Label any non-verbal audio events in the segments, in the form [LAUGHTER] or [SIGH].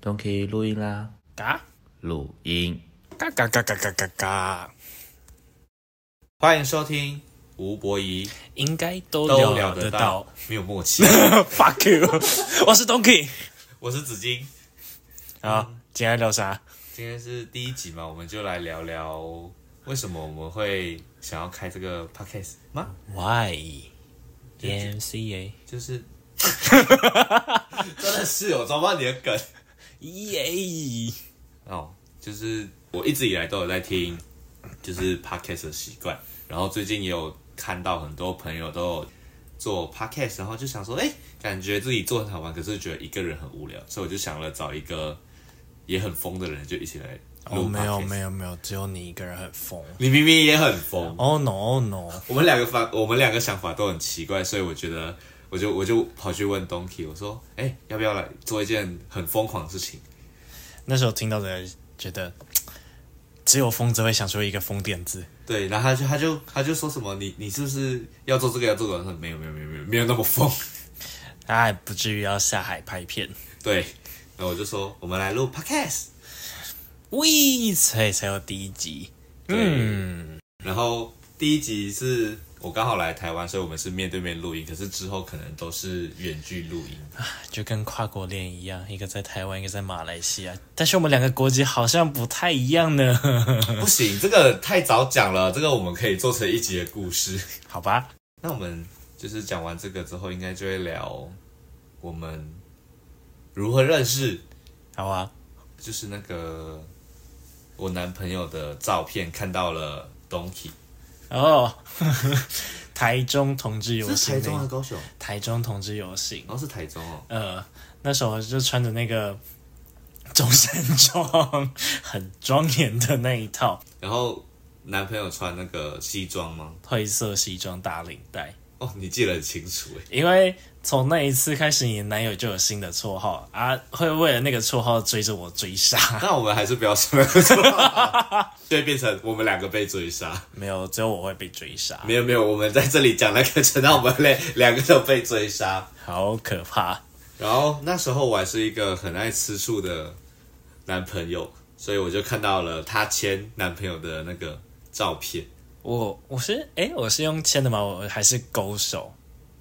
都可以录音啦，嘎录音。嘎嘎嘎嘎嘎嘎嘎，欢迎收听吴博仪，应该都都聊聊得得到 [LAUGHS] 到。，没有默 [LAUGHS] 契。 Fuck you，我 [LAUGHS] 是 Donkey 我是紫金，啊，今天聊啥？今天是第一集嘛，我们就来聊聊为什么我们会想要开这个 podcast 吗？ Why EMCA 就是 [LAUGHS] 真的是我抓不到你的梗耶？哦，就是我一直以来都有在听，就是 podcast 的习惯，然后最近也有看到很多朋友都有做 podcast，然后就想说，哎，感觉自己做很好玩，可是觉得一个人很无聊，所以我就想了找一个也很疯的人，就一起来哦，录 podcast。没有没有没有，只有你一个人很疯。你明明也很疯。 Oh no oh no，我们两个法，我们两个想法都很奇怪，所以我觉得，我就我就跑去问 Donkey，我说，哎、要不要来做一件很疯狂的事情？那时候听到的觉得，只有疯子会想出一个疯点子。对，然后他就他就他就说什么，你你是不是要做这个要做这个？我说没有没有没有没有没有那么疯。 [LAUGHS] 哎，不至于要下海拍片。对，然后我就说，我们来录 Podcast。喂，所以才有第一集。嗯对，然后第一集是我刚好来台湾，所以我们是面对面录音，可是之后可能都是远距录音。就跟跨国恋一样，一个在台湾，一个在马来西亚，但是我们两个国籍好像不太一样呢。 [LAUGHS] 不行，这个太早讲了，这个我们可以做成一集的故事。 [LAUGHS] 好吧，那我们就是讲完这个之后，应该就会聊我们如何认识，好啊，就是那个我男朋友的照片看到了 Donkey，哦， [LAUGHS] 台中啊同志游行那，高雄？台中同志游行，然后是台中哦，呃，那时候我就穿着那个中山装，很庄严的那一套然后男朋友穿那个西装吗？灰色西装大领带，哦，你记得很清楚欸诶。因为从那一次开始，你的男友就有新的绰号啊，会为了那个绰号追着我追杀， [LAUGHS] 那我们还是不要说了， [LAUGHS] 就会变成我们两个被追杀。没有，只有我会被追杀。没有没有，我们在这里讲那个，讲到我们两两个都被追杀。好可怕！然后那时候我还是一个很爱吃醋的男朋友，所以我就看到了她前男朋友的那个照片，我我是诶，我是用牵的吗？我还是勾手？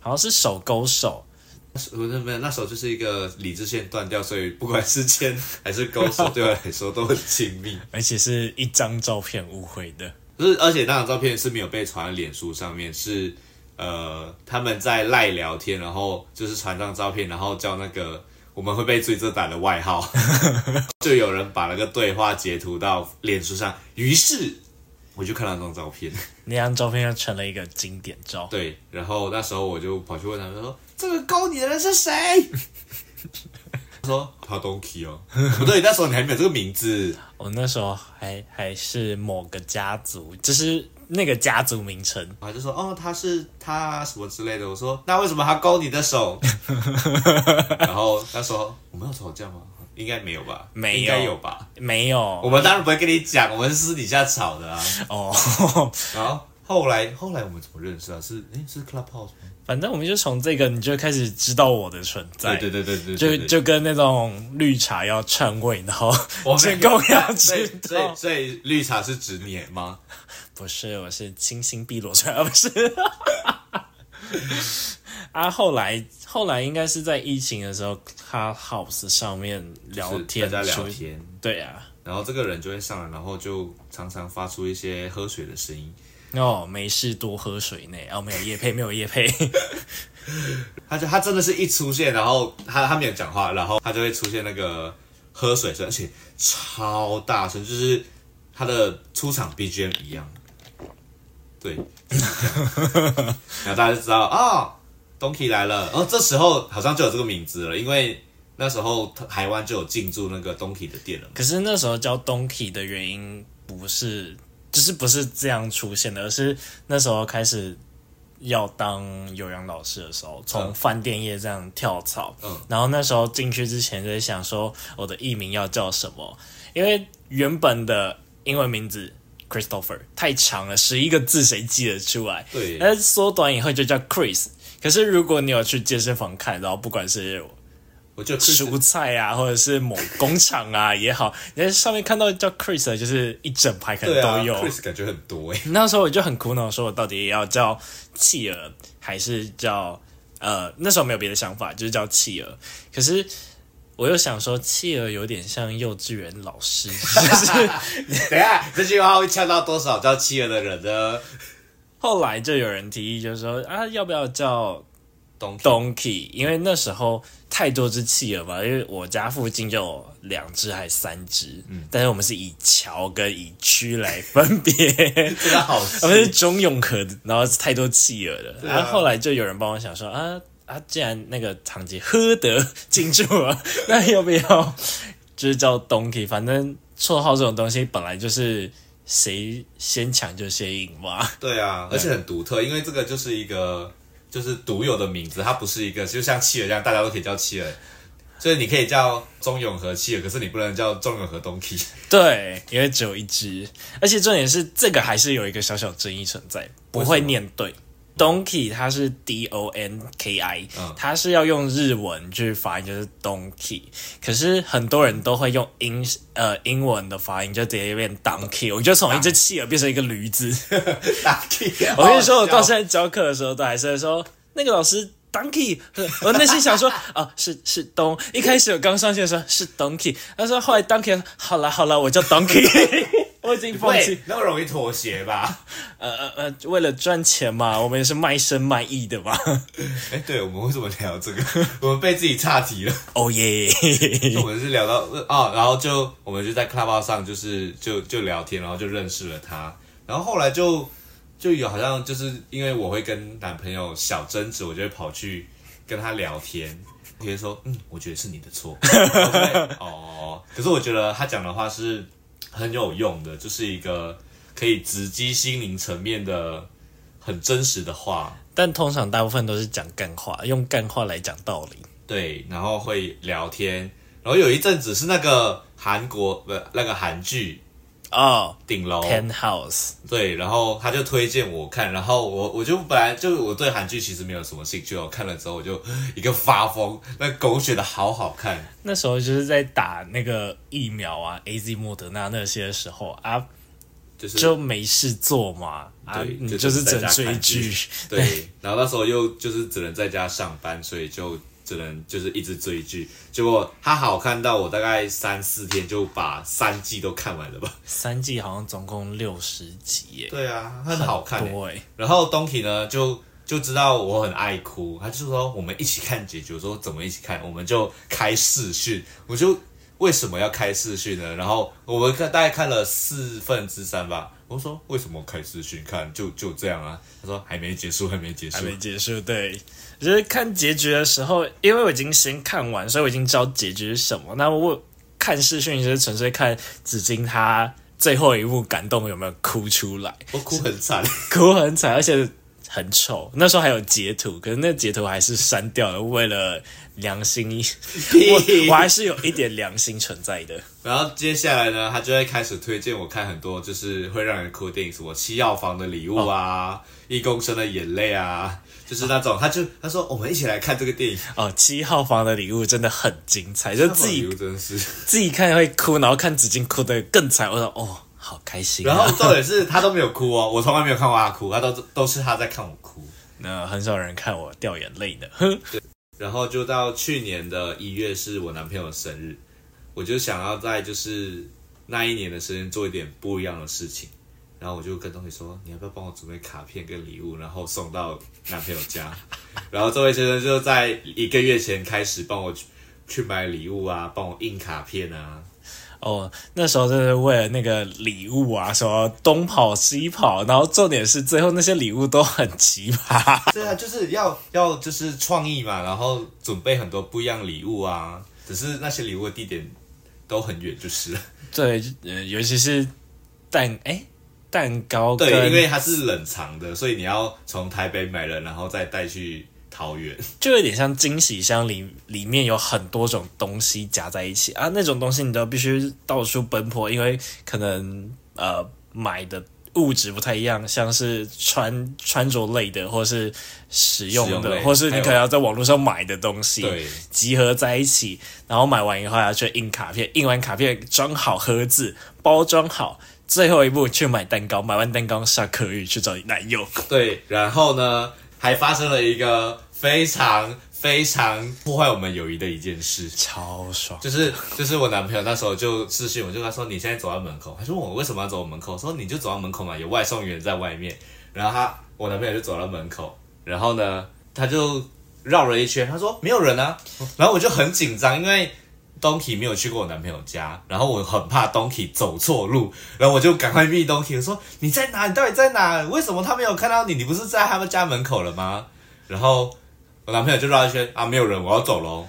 好像是手勾手，那时候没有没有，那时候就是一个理智线断掉，所以不管是牵还是勾手，对我来说都很亲密。而且是一张照片误会的。就是而且那张照片是没有被传在脸书上面，是呃他们在赖聊天，然后就是传张照片，然后叫那个我们会被追着打的外号，就有人把那个对话截图到脸书上，于是我就看到那张照片，那张照片就成了一个经典照。对，然后那时候我就跑去问他们说：“这个勾你的人是谁？” [LAUGHS] 他说：“他 Donkey 哦，不对，那时候你还没有这个名字。我那时候还还是某个家族，就是那个家族名称”。然后就说：“哦，他是他什么之类的。”我说：“那为什么他勾你的手？” [LAUGHS] 然后他说：“我们有吵架吗？应该没有吧？没有应该有吧？没我有们当然不会跟你讲，我们是私底下吵的啊。哦， [LAUGHS] 然后后来后来我们怎么认识啊？是诶是 Clubhouse 吗？反正我们就从这个你就开始知道我的存在。对对对对对就对对就跟那种绿茶要篡位，然后我建 [LAUGHS] 们构 [LAUGHS] 要所以知所以道，所以绿茶是指你吗？不是，我是清新碧螺春，啊 [LAUGHS] 不是。啊，后来后来应该是在疫情的时候，他 House 上面聊天，是大家聊出天，对啊，然后这个人就会上来，然后就常常发出一些喝水的声音。哦，没事多喝水呢，哦，没有叶配，没有叶配，他就他真的是一出现，然后他他没有讲话，然后他就会出现那个喝水声，而且超大声，就是他的出场 BGM 一样。对， [LAUGHS] 然后大家就知道哦，Donkey 来了。哦，这时候好像就有这个名字了，因为那时候台湾就有进驻那个 Donkey 的店了嘛。可是那时候叫 Donkey 的原因不是，就是不是这样出现的，而是那时候开始要当有氧老师的时候，从嗯饭店业这样跳槽。嗯然后那时候进去之前就在想说，我的艺名要叫什么？因为原本的英文名字 Christopher 太长了，十一个字谁记得出来？对但是缩短以后就叫 Chris。可是如果你有去健身房看，然后不管是我就 Chris 蔬菜啊，或者是某工厂啊也好，你在上面看到叫 Chris 的，就是一整排可能对啊都有。 ，Chris 感觉很多哎、那时候我就很苦恼，说我到底要叫企鹅还是叫呃，那时候没有别的想法，就是叫企鹅。可是我又想说，企鹅有点像幼稚园老师，就是等一下这句话会呛到多少叫企鹅的人呢？后来就有人提议，就是说啊，要不要叫懂懂 Donkey？因为那时候太多只企鹅嘛，因为我家附近就有两只还三只，但是我们是以桥跟以区来分别。真的好他 [LAUGHS] 气，们是中永和，然后太多企鹅了。啊然后后来就有人帮我想说啊啊，既然那个堂姐喝得进驻了， [LAUGHS] 那要不要就是叫 Donkey？反正绰号这种东西本来就是谁先抢就先赢嘛。对啊，而且很独特，因为这个就是一个就是独有的名字，它不是一个就像企鹅这样大家都可以叫企鹅，所以你可以叫中永和企鹅，可是你不能叫中永和 [LAUGHS] Donkey。对，因为只有一只，而且重点是这个还是有一个小小争议存在，不会念对。Donkey 它是 D O N K I，、嗯它是要用日文去发音，就是 Donkey。可是很多人都会用英呃英文的发音，就直接变 Donkey。我就从一只企鹅变成一个驴子。 Donkey， [LAUGHS] 我跟你说，我到当时现在教课的时候都还是会说那个老师 donkey，我内心想说啊是是东，一开始我刚上线的时候是 donkey，他说后来 donkey 好了好了，我叫 donkey，我已经放弃喂，，那么容易妥协吧？ [LAUGHS] 呃呃呃，为了赚钱嘛，我们也是卖身卖艺的嘛， [LAUGHS] 哎、对我们为什么聊这个？ [LAUGHS] 我们被自己岔题了。哦耶，我们是聊到啊、然后就我们就在 Club 上就是就就聊天，然后就认识了他，然后后来就就有好像就是因为我会跟男朋友小争执，我就会跑去跟他聊天，比如说嗯，我觉得是你的错， [LAUGHS] 然后就会哦，可是我觉得他讲的话是很有用的，就是一个可以直击心灵层面的很真实的话，但通常大部分都是讲干话，用干话来讲道理。对，然后会聊天，然后有一阵子是那个韩国不那个韩剧哦、 《顶楼 p e》n t h o u s 对，然后他就推荐我看，然后我我就本来就我对韩剧其实没有什么兴趣，我看了之后我就一个发疯，那狗血的好好看， e 那时候就是在打那个疫苗啊，A Z 莫德纳那些的时候啊，就是就没事做嘛，啊，对你就就是是在只家能追看剧 [LAUGHS] 剧，对，然后那时候又就是只能在家上班，所以就只能就是一直追剧，结果他好看到我大概三四天就把三季都看完了吧？三季好像总共六十集耶，对啊，很好看、欸。对，然后东体呢就就知道我很爱哭，他就说我们一起看结局，我说怎么一起看？我们就开视讯，我就为什么要开视讯呢？然后我们看大概看了四分之三吧，我说为什么开视讯看？就就这样啊？他说还没结束， [LAUGHS] 还没结束还。没结束，对，就是看结局的时候，因为我已经先看完，所以我已经知道结局是什么。那我看视讯就是纯粹看紫金他最后一幕感动有没有哭出来， [LAUGHS] 我哭很惨，哭很惨，而且很丑。那时候还有截图，可是那截图还是删掉了，为了 [LAUGHS] 良心，我我还是有一点良心存在的。然后接下来呢，他就会开始推荐我看很多就是会让人哭的电影，什么《七药房的礼物》哦啊，一公升的眼泪》啊，就是那种，他就他说我们一起来看这个电影，哦，七号房的礼物真的很精彩，就自礼己物 "Oh, 真的是。自己看会哭，然后看紫金哭的更惨，我说哦，好开心、啊。然后重点是他都没有哭哦，我从来没有看过他哭，他都都是他在看我哭。那很少人看我掉眼泪的。然后就到去年的一月是我男朋友的生日，我就想要在就是那一年的时间做一点不一样的事情，然后我就跟东西说，你要不要帮我准备卡片跟礼物，然后送到男朋友家。然后这位先生就在一个月前开始帮我去去买礼物啊，帮我印卡片啊，哦，那时候真的是为了那个礼物啊，什么东跑西跑，然后重点是最后那些礼物都很奇葩。对啊，就是要要就是创意嘛，然后准备很多不一样礼物啊，只是那些礼物的地点都很远，就是了。对，呃，尤其是蛋，哎、蛋糕跟对，因为它是冷藏的，所以你要从台北买了，然后再带去桃园。就有点像惊喜箱里里面有很多种东西夹在一起啊，那种东西你都必须到处奔波，因为可能呃买的物质不太一样，像是穿穿着类的，或是使用使用的，类或是你还有可能要在网络上买的东西对，集合在一起，然后买完以后还要去印卡片，印完卡片装好盒子，包装好，最后一步去买蛋糕，买完蛋糕下客运去找你男友。 [LAUGHS] 对，然后呢，还发生了一个非常非常破坏我们友谊的一件事，超爽！就是就是我男朋友那时候就私信我，就跟他说你现在走到门口，他说我为什么要走门口？我说你就走到门口嘛，有外送员在外面。然后他我男朋友就走到门口，然后呢他就绕了一圈，他说没有人啊，然后我就很紧张，因为。Donkey 没有去过我男朋友家，然后我很怕 Donkey 走错路，然后我就赶快密 Donkey 我说你在哪？你到底在哪？为什么他没有看到你？你不是在他们家门口了吗？然后我男朋友就绕一圈啊，没有人，我要走喽。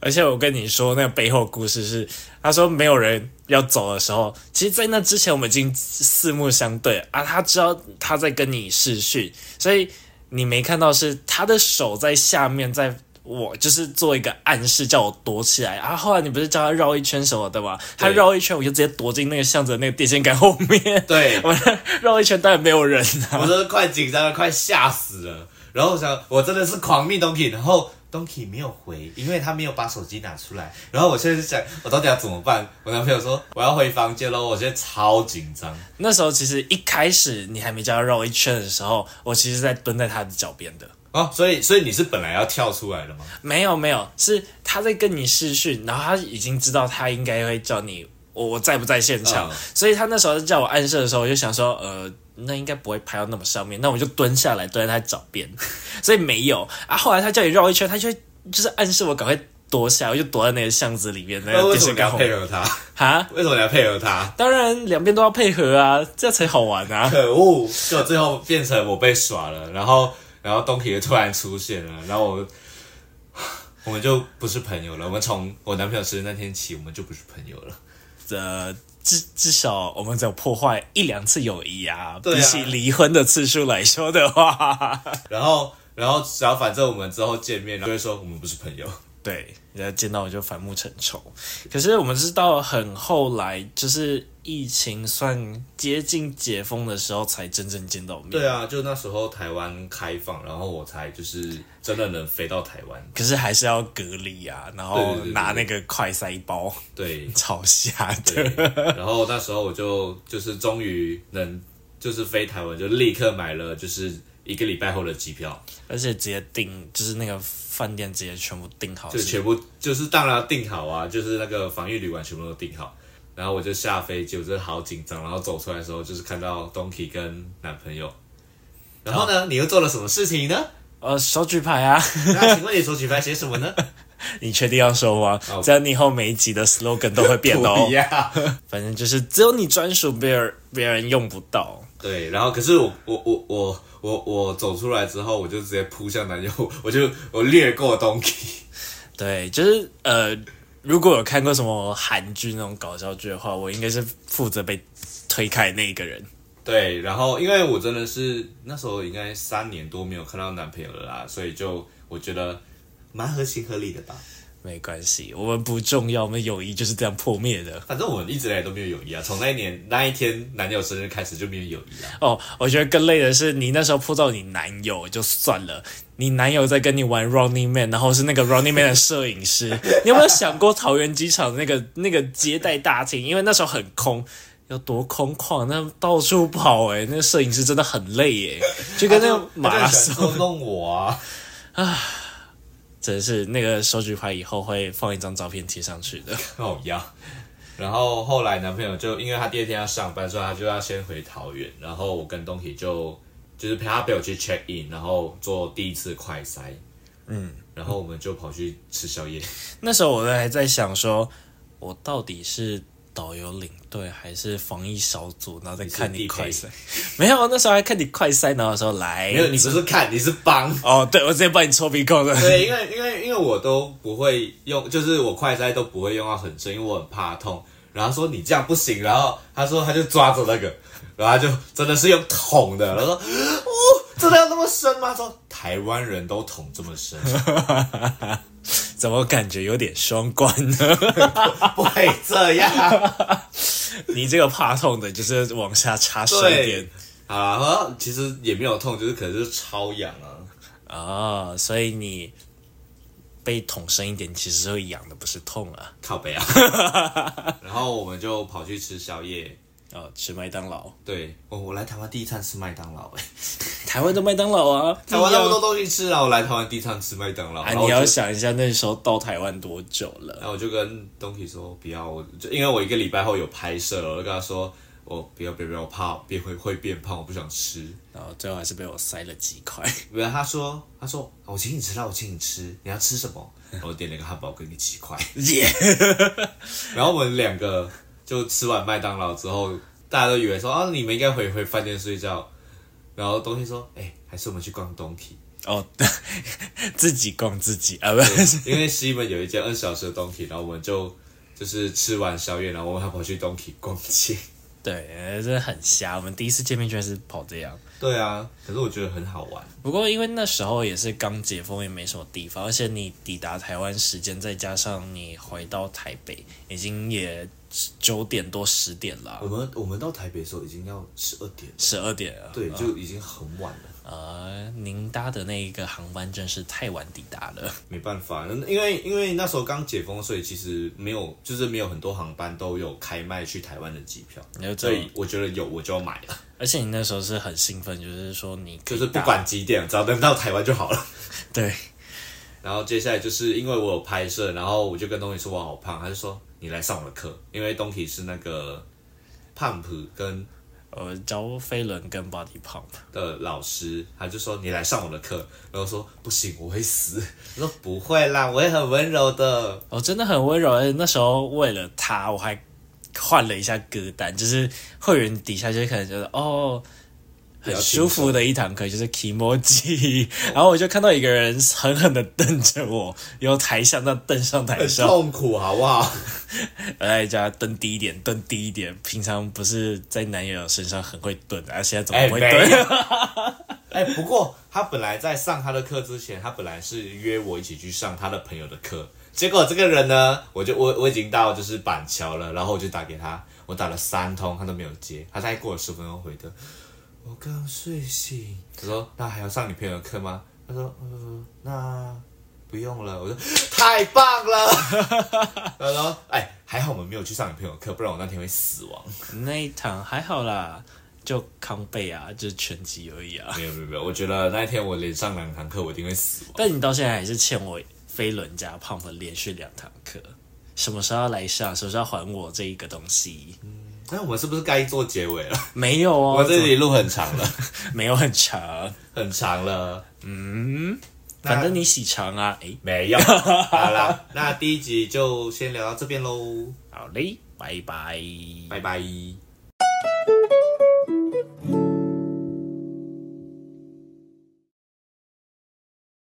而且我跟你说，那个背后故事是，啊他说没有人要走的时候，其实，在那之前我们已经四目相对啊，他知道他在跟你视讯，所以你没看到是他的手在下面，在我就是做一个暗示，叫我躲起来啊。后来你不是叫他绕一圈什么的吗？他对绕一圈，我就直接躲进那个巷子的那个电线杆后面。对，我绕一圈，当然没有人 [LAUGHS] [LAUGHS] 啊。我真的快紧张了，快吓死了。然后我想，我真的是狂密 Donkey，然后 Donkey 没有回，因为他没有把手机拿出来。然后我现在就想，我到底要怎么办？我男朋友说我要回房间喽，我现在超紧张。那时候其实一开始你还没叫他绕一圈的时候，我其实在蹲在他的脚边的。 [LAUGHS] 哦，所以所以你是本来要跳出来的吗？没有没有，是他在跟你试训，然后他已经知道他应该会叫你我我在不在现场，嗯所以他那时候叫我暗示的时候，我就想说，呃，那应该不会拍到那么上面，那我就蹲下来蹲在他脚边， [LAUGHS] 所以没有啊。后来他叫你绕一圈，他就会就是暗示我赶快躲起来，我就躲在那个巷子里面那那个为电什么线你杆要后配面合 [LAUGHS] 他？ [LAUGHS] 哈。为什么你要配合他？当然，两边都要配合啊，这样才好玩啊！可恶！就最后变成我被耍了，然后然后 Donkey 又突然出现了，然后我 [SIGHS] 我们就不是朋友了。我们从我男朋友生日那天起，我们就不是朋友了。呃，至至少我们只有破坏一两次友谊啊，对啊比起离婚的次数来说的话，然后，然后只要反正我们之后见面，就会说我们不是朋友。对，然后见到我就反目成仇。可是我们是到很后来，就是疫情算接近解封的时候，才真正见到面。对啊，就那时候台湾开放，然后我才就是真的能飞到台湾。可是还是要隔离啊，然后对对对拿那个快塞包，对，超吓对的。然后那时候我就就是终于能就是飞台湾，就立刻买了就是一个礼拜后的机票，而且直接订，就是那个饭店直接全部订好就，全部就是当然要订好啊，就是那个防疫旅馆全部都订好。然后我就下飞机，我真的好紧张。然后走出来的时候，就是看到 Donkey 跟男朋友。然后呢，你又做了什么事情呢？呃，手举牌啊， [LAUGHS] [LAUGHS] 那请问你手举牌写什么呢？你确定要说吗？这样你以后每一集的 slogan 都会变的哦哦 [LAUGHS] 不一。样。反正就是只有你专属，别人别人用不到。对，然后可是我我我我我我走出来之后，我就直接扑向男友， [LAUGHS] 我就我掠过 Donkey。对，就是呃，如果有看过什么韩剧那种搞笑剧的话，我应该是负责被推开那一个人。 [LAUGHS] 对，然后因为我真的是那时候应该三年多没有看到男朋友了啦，所以就我觉得蛮合情合理的吧。没关系，我们不重要，我们友谊就是这样破灭的。反正我们一直以来都没有友谊啊，从那一年那一天男友生日开始就没有友谊啊。哦，我觉得更累的是，你那时候扑到你男友就算了，你男友在跟你玩 Running Man，然后是那个 Running Man 的摄影师，你有没有想过桃园机场那个那个接待大厅？因为那时候很空。有多空旷，那到处跑哎、那个摄影师真的很累耶、就跟那个马拉松他就他就喜欢捉弄我啊，真是那个手举牌以后会放一张照片贴上去的。 [LAUGHS] 好呀。然后后来男朋友就因为他第二天要上班，所以他就要先回桃园。然后我跟东体就就是陪他陪我去 check in，然后做第一次快筛。嗯，然后我们就跑去吃宵夜。那时候我还在想说，我到底是导游领队还是防疫小组？然后再看你快塞， [LAUGHS] 没有，那时候还看你快塞，然后的时候 [LAUGHS] 来没有，你不是看，你是帮。哦，对我直接帮你戳鼻孔了。 [LAUGHS] [LAUGHS] 对，因为因为因为我都不会用，就是我快塞都不会用到很深，因为我很怕痛。然后他说你这样不行，然后他说他就抓着那个，然后他就真的是用捅的，然后说，哦，真的要那么深吗？他说台湾人都捅这么深，怎么感觉有点双关呢？ [LAUGHS] [LAUGHS] 啊不会这样。你这个怕痛的，就是往下插深一点对，好啦，然后其实也没有痛，就是可能就是超痒啊。啊、所以你被捅深一点，其实会痒的，不是痛啊。靠北 [LAUGHS] 啊。然后我们就跑去吃宵夜。哦，吃麦当劳，对，我、我来台湾第一餐吃麦当劳、欸，哎台湾的麦当劳啊，台湾那么不多一样东西吃啊，我来台湾第一餐吃麦当劳。啊！然后你我就要想一下，那时候到台湾多久了？然后我就跟东体说不要，我就因为我一个礼拜后有拍摄了，我就跟他说我不要不要不要，我怕变会会变胖，我不想吃。然后最后还是被我塞了几块。 [LAUGHS] 没有，他说他说哦我请你吃啦，我请你吃，你要吃什 [LAUGHS] 么？然后我点了一个汉堡，给你七块。耶、然后我们两个就吃完麦当劳之后，大家都以为说啊，你们应该回回饭店睡觉。然后东西说，哎、还是我们去逛东体，哦， [LAUGHS] 自己供自己啊，不是因 [LAUGHS] 为西门有一间二十小时的东体，然后我们就就是吃完宵夜，然后我们还跑去东体逛街。对，呃真的很瞎。我们第一次见面居然是跑这样。对啊，可是我觉得很好玩。不过因为那时候也是刚解封，也没什么地方，而且你抵达台湾时间，再加上你回到台北，已经也九点多十点了我，们我们到台北的时候已经要十二点了，十二点了。对，就已经很晚了。呃，您搭的那一个航班真是太晚抵达 [LAUGHS] 了。没办法，那因为因为那时候刚解封，所以其实没有，就是没有很多航班都有开卖去台湾的机票，你就知所道以我觉得有我就要买了，而且你那时候是很兴奋，就是说你可就以是不搭管几点，只要能到台湾就好了。 [LAUGHS] 对，然后接下来就是因为我有拍摄，然后我就跟东尼说我好胖，他就说你来上我的课，因为东体是那个胖普跟呃，教飞轮跟 body pump。的老师，他就说你来上我的课，然后说不行我会死，我说不会啦，我也很温柔的。我、真的很温柔，而且那时候为了他，我还换了一下歌单，就是会员底下就是可能觉得哦，很舒服的一堂课，就是 k i m [LAUGHS] o j i 然后我就看到一个人狠狠的瞪着我，由台下那瞪上台很上，痛苦，好不好？我在家哎蹲低一点，蹲低一点。平常不是在男友身上很会蹲，啊，现在怎么不会哎没蹲？哎、不过他本来在上他的课之前，他本来是约我一起去上他的朋友的课，结果这个人呢，我就我我已经到就是板桥了，然后我就打给他，我打了三通，他都没有接，他大概过了十分钟回的，我刚睡醒。我说那还要上你朋友的课吗？他说呃那不用了。我说太棒了。他说哎还好我们没有去上你朋友的课，不然我那天会死亡。那一堂还好啦，就康贝啊，就是拳击而已啊。没有没有没有，我觉得那一天我连上两堂课，我一定会死亡。但你到现在还是欠我飞轮加胖的连续两堂课，什么时候要来上？什么时候要还我这一个东西？那我们是不是该做结尾了？没有哦， [LAUGHS] 我这里录很长了，怎么没有很长，很长了，嗯反正你洗肠啊。诶，没 [LAUGHS] 有。好啦，那第一集就先聊到这边喽，好嘞，拜拜。拜拜。